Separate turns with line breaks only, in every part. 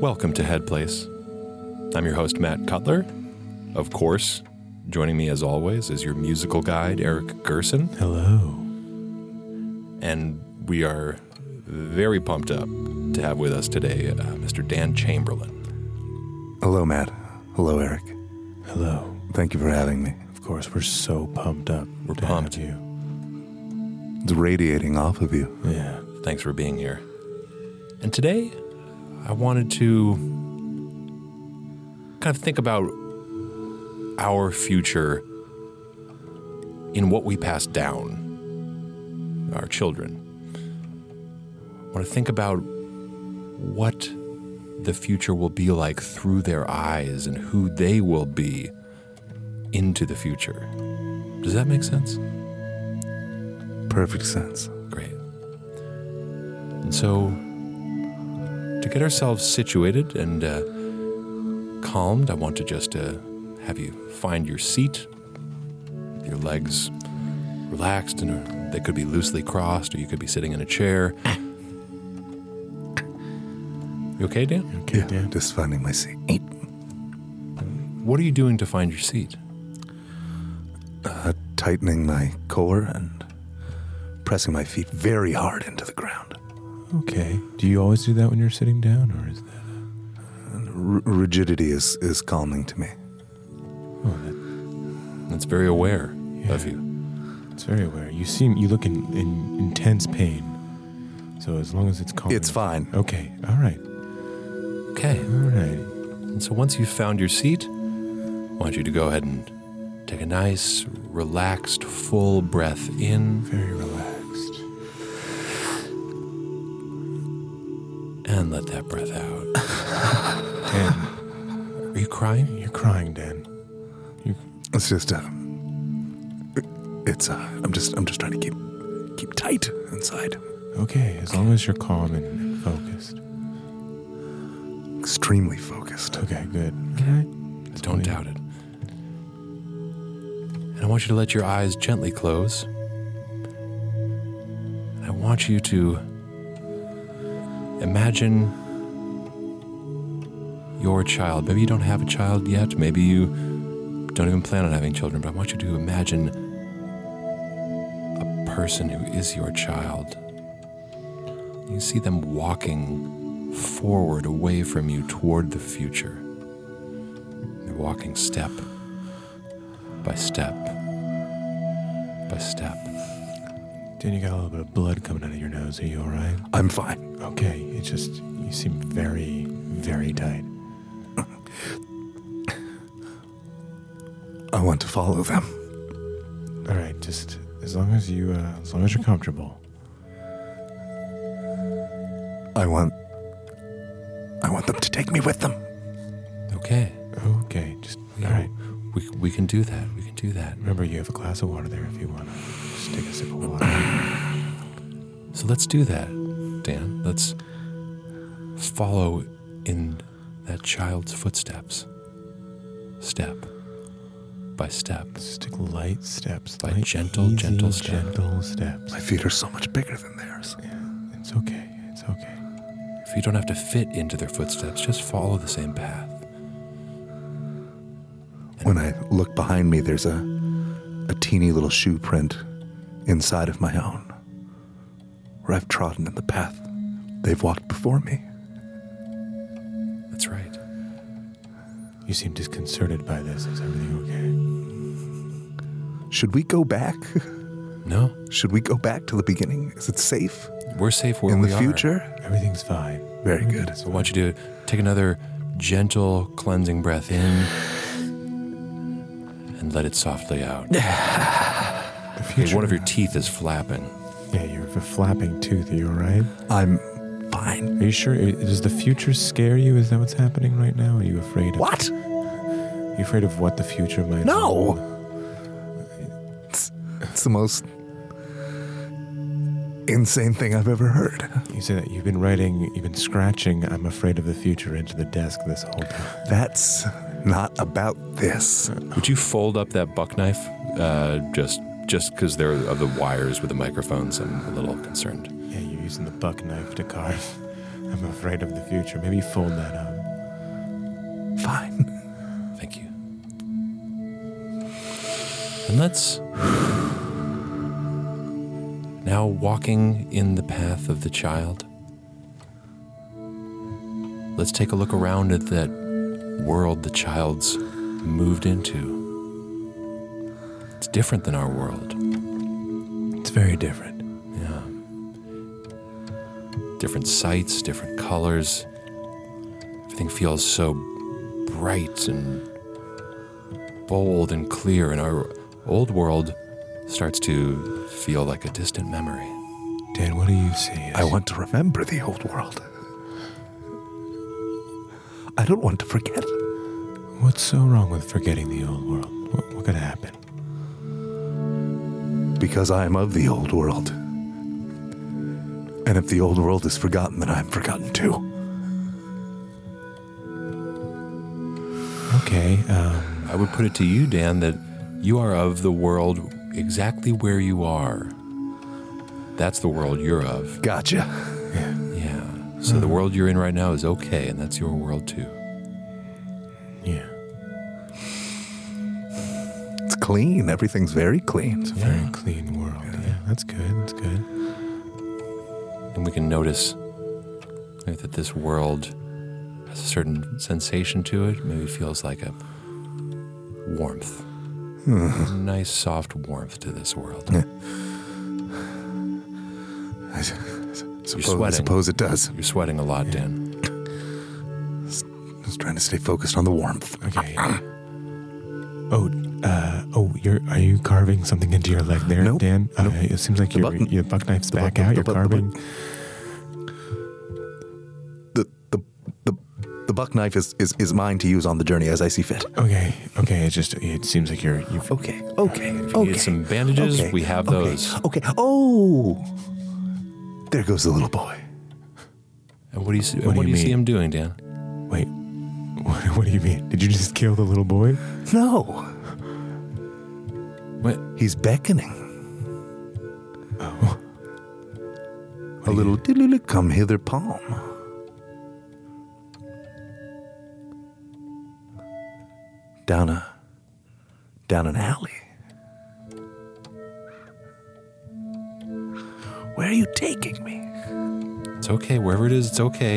Welcome to Head Place. I'm your host, Matt Cutler. Of course, joining me as always is your musical guide, Eric Gerson.
Hello.
And we are very pumped up to have with us today uh, Mr. Dan Chamberlain.
Hello, Matt. Hello, Eric.
Hello.
Thank you for having me.
Of course, we're so pumped up.
We're
to
pumped.
have you.
It's radiating off of you.
Yeah.
Thanks for being here. And today, I wanted to kind of think about our future in what we pass down, our children. I want to think about what the future will be like through their eyes and who they will be into the future. Does that make sense?
Perfect sense.
Great. And so, to get ourselves situated and uh, calmed, I want to just uh, have you find your seat, with your legs relaxed, and uh, they could be loosely crossed, or you could be sitting in a chair. You okay, Dan?
Okay, Dan.
Just finding my seat.
What are you doing to find your seat?
Uh, tightening my core and pressing my feet very hard into the ground.
Okay. Do you always do that when you're sitting down, or is that?
R- rigidity is, is calming to me.
Oh, that,
That's very aware of
Yeah.
you.
it's very aware. You seem you look in, in intense pain. So as long as it's calm.
It's fine.
Okay. All right.
Okay.
All right.
And so once you've found your seat, I want you to go ahead and take a nice, relaxed, full breath in
Very relaxed.
and let that breath out.
Dan,
Are you crying?
you're crying, Dan. You,
It's just uh, it's uh, I'm just I'm just trying to keep keep tight inside.
okay. As long as you're calm and focused.
Extremely focused.
Okay. Good. All right.
Don't doubt it. And I want you to let your eyes gently close. And I want you to imagine your child. Maybe you don't have a child yet. Maybe you don't even plan on having children, but I want you to imagine a person who is your child. You see them walking forward away from you toward the future. They're walking step by step by step.
Dan, you got a little bit of blood coming out of your nose. Are you all right?
I'm fine.
Okay, it just you seem very, very tight.
I want to follow them.
All right, just as long as you, uh, as long as you're comfortable.
I want I want them to take me with them.
Okay.
Okay, just
We,
all right.
We, we can do that. We can do that.
Remember, you have a glass of water there if you wanna just take a sip of water.
So let's do that, Dan. Let's follow in that child's footsteps, step by step.
Just take light steps,
Like
light,
gentle,
easy,
gentle steps.
gentle steps.
My feet are so much bigger than theirs.
Yeah, it's okay. It's okay.
If you don't have to fit into their footsteps, just follow the same path.
When I look behind me, there's a, a teeny little shoe print inside of my own where I've trodden in the path they've walked before me.
That's right.
You seem disconcerted by this. Is everything okay?
Should we go back?
No,
Should we go back to the beginning? Is it safe
we're safe where
in
we
the
are.
future?
Everything's fine.
Very good.
So I want you to take another gentle cleansing breath in and let it softly out.
The
Okay,
future.
one of your teeth is flapping.
Yeah, you have a flapping tooth. Are you all right?
I'm fine.
Are you sure? Does the future scare you? Is that what's happening right now? Are you afraid of
What?
You afraid of what the future might hold?
No! It's, it's the most insane thing I've ever heard.
You say that you've been writing, you've been scratching I'm afraid of the future into the desk this whole time.
That's not about this.
Would you fold up that buck knife uh, just just because they're of the wires with the microphones? I'm a little concerned.
Yeah, you're using the buck knife to carve. I'm afraid of the future. Maybe fold that up.
Fine.
Thank you. And let's now walking in the path of the child. Let's take a look around at that world the child's moved into. It's different than our world.
It's very different.
Yeah. Different sights, different colors. Everything feels so bright and bold and clear, and our old world starts to feel like a distant memory.
Dan, what do you see?
I want to remember the old world. I don't want to forget.
What's so wrong with forgetting the old world? What, what could happen?
because I am of the old world. And if the old world is forgotten, then I am forgotten too.
Okay. Um,
I would put it to you, Dan, that you are of the world exactly where you are. That's the world you're of.
Gotcha.
yeah.
Yeah. So the world you're in right now is okay, and that's your world too.
Yeah.
It's clean. Everything's very clean.
It's a
Yeah.
very clean world. Yeah. That's good. That's good.
And we can notice that this world has a certain sensation to it. Maybe feels like a warmth. A nice, soft warmth to this world.
Yeah. I s- s- suppose, I
sweating.
suppose it does.
You're sweating a lot, Dan.
I was trying to stay focused on the warmth.
Okay. Oh, uh, oh, you're are you carving something into your leg there,
Nope.
Dan?
Nope.
Okay, it seems like
The
your
button.
your buck knife's
The
back
button.
out.
The
You're
button. The
carving.
The the the, the buck knife is, is, is mine to use on the journey as I see fit.
Okay, okay. It just it seems like you're you've
Okay. Okay.
If you
okay.
need some bandages,
okay,
we have
okay,
those.
Okay. Oh, there goes the little boy.
And what do you see,
What do
what do
you
you see
mean?
him doing, Dan?
wait. What, what do you mean? Did you just kill the little boy?
No,
Wait,
he's beckoning.
Oh,
A little diddly come hither palm. Down a down an alley. Where are you taking me?
it's okay. Wherever it is, it's okay.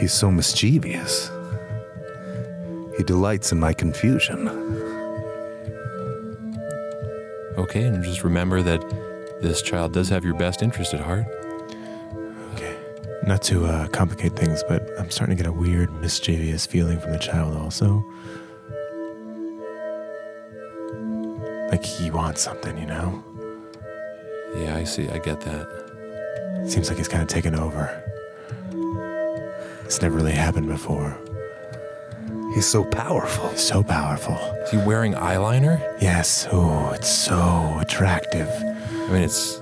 He's so mischievous. He delights in my confusion.
Okay, and just remember that this child does have your best interest at heart.
okay. Not to uh, complicate things, but I'm starting to get a weird mischievous feeling from the child. Also, like he wants something, you know.
Yeah, I see. I get that.
Seems like he's kind of taken over. It's never really happened before.
He's so powerful.
He's so powerful.
Is he wearing eyeliner?
Yes. Oh, it's so attractive.
I mean, it's.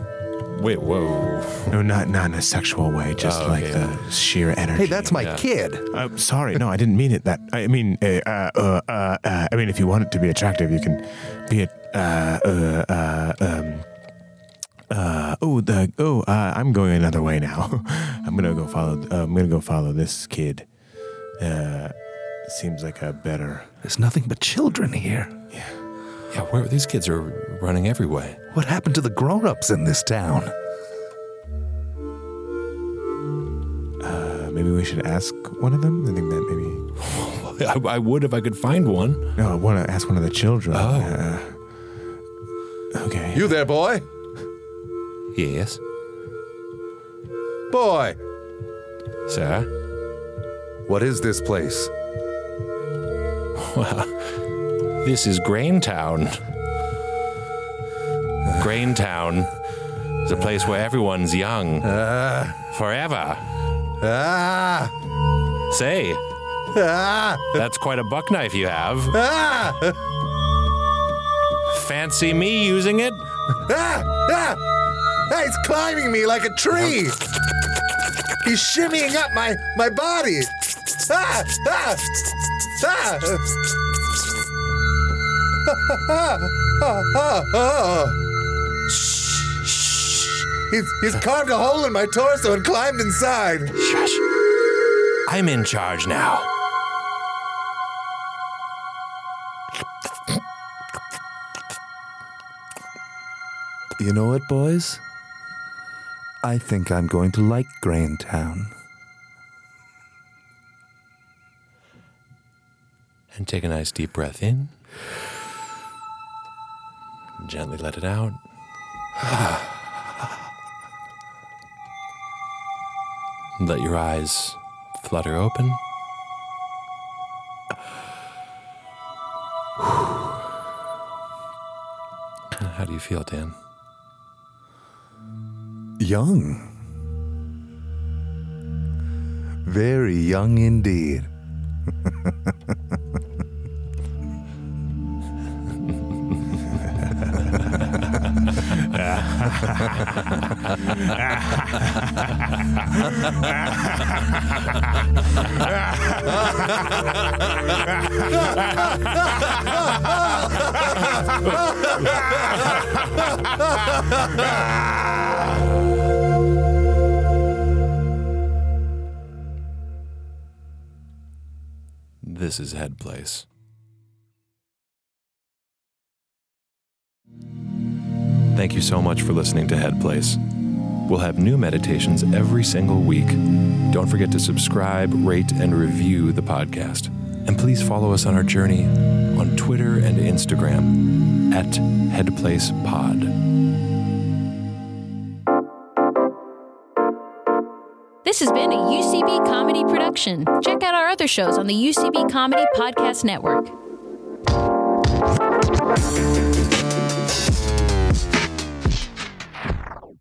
Wait, whoa.
No, not not in a sexual way. Just
Oh,
like
okay,
the sheer energy.
Hey, that's my
Yeah.
kid.
Uh, sorry, no, I didn't mean it. That I mean, uh, uh, uh, uh, uh, I mean, if you want it to be attractive, you can be it. Uh, uh, uh, um, uh, oh, the oh, uh, I'm going another way now. I'm gonna go follow. Uh, I'm gonna go follow this kid. Uh, seems like a better.
There's nothing but children here.
Yeah, where these kids are running every way.
What happened to the grown-ups in this town?
Uh, maybe we should ask one of them. I think that maybe.
I, I would if I could find one.
No, I want to ask one of the children.
Oh.
Uh, okay.
You there, boy?
Yes,
Boy!
sir.
What is this place?
This is Graintown. Graintown is a place where everyone's young Uh. forever.
Ah!
Say,
Ah!
that's quite a buck knife you have.
Ah!
Fancy me using it?
Ah! Ah! Ah, He's climbing me like a tree! He's shimmying up my, my body! Ah! Ah! Ah! Ah! Ah! Ah! Ah! He's, he's carved a hole in my torso and climbed inside.
Shush. I'm in charge now.
You know what, boys? I think I'm going to like Grain Town.
And take a nice deep breath in. And gently let it out. let your eyes flutter open. How do you feel, Dan?
Young. Very young indeed.
This is Head Place. Thank you so much for listening to Head Place. We'll have new meditations every single week. Don't forget to subscribe, rate, and review the podcast. And please follow us on our journey on Twitter and Instagram at Head Place Pod.
This has been a UCB comedy production. Check out our other shows on the UCB Comedy Podcast Network.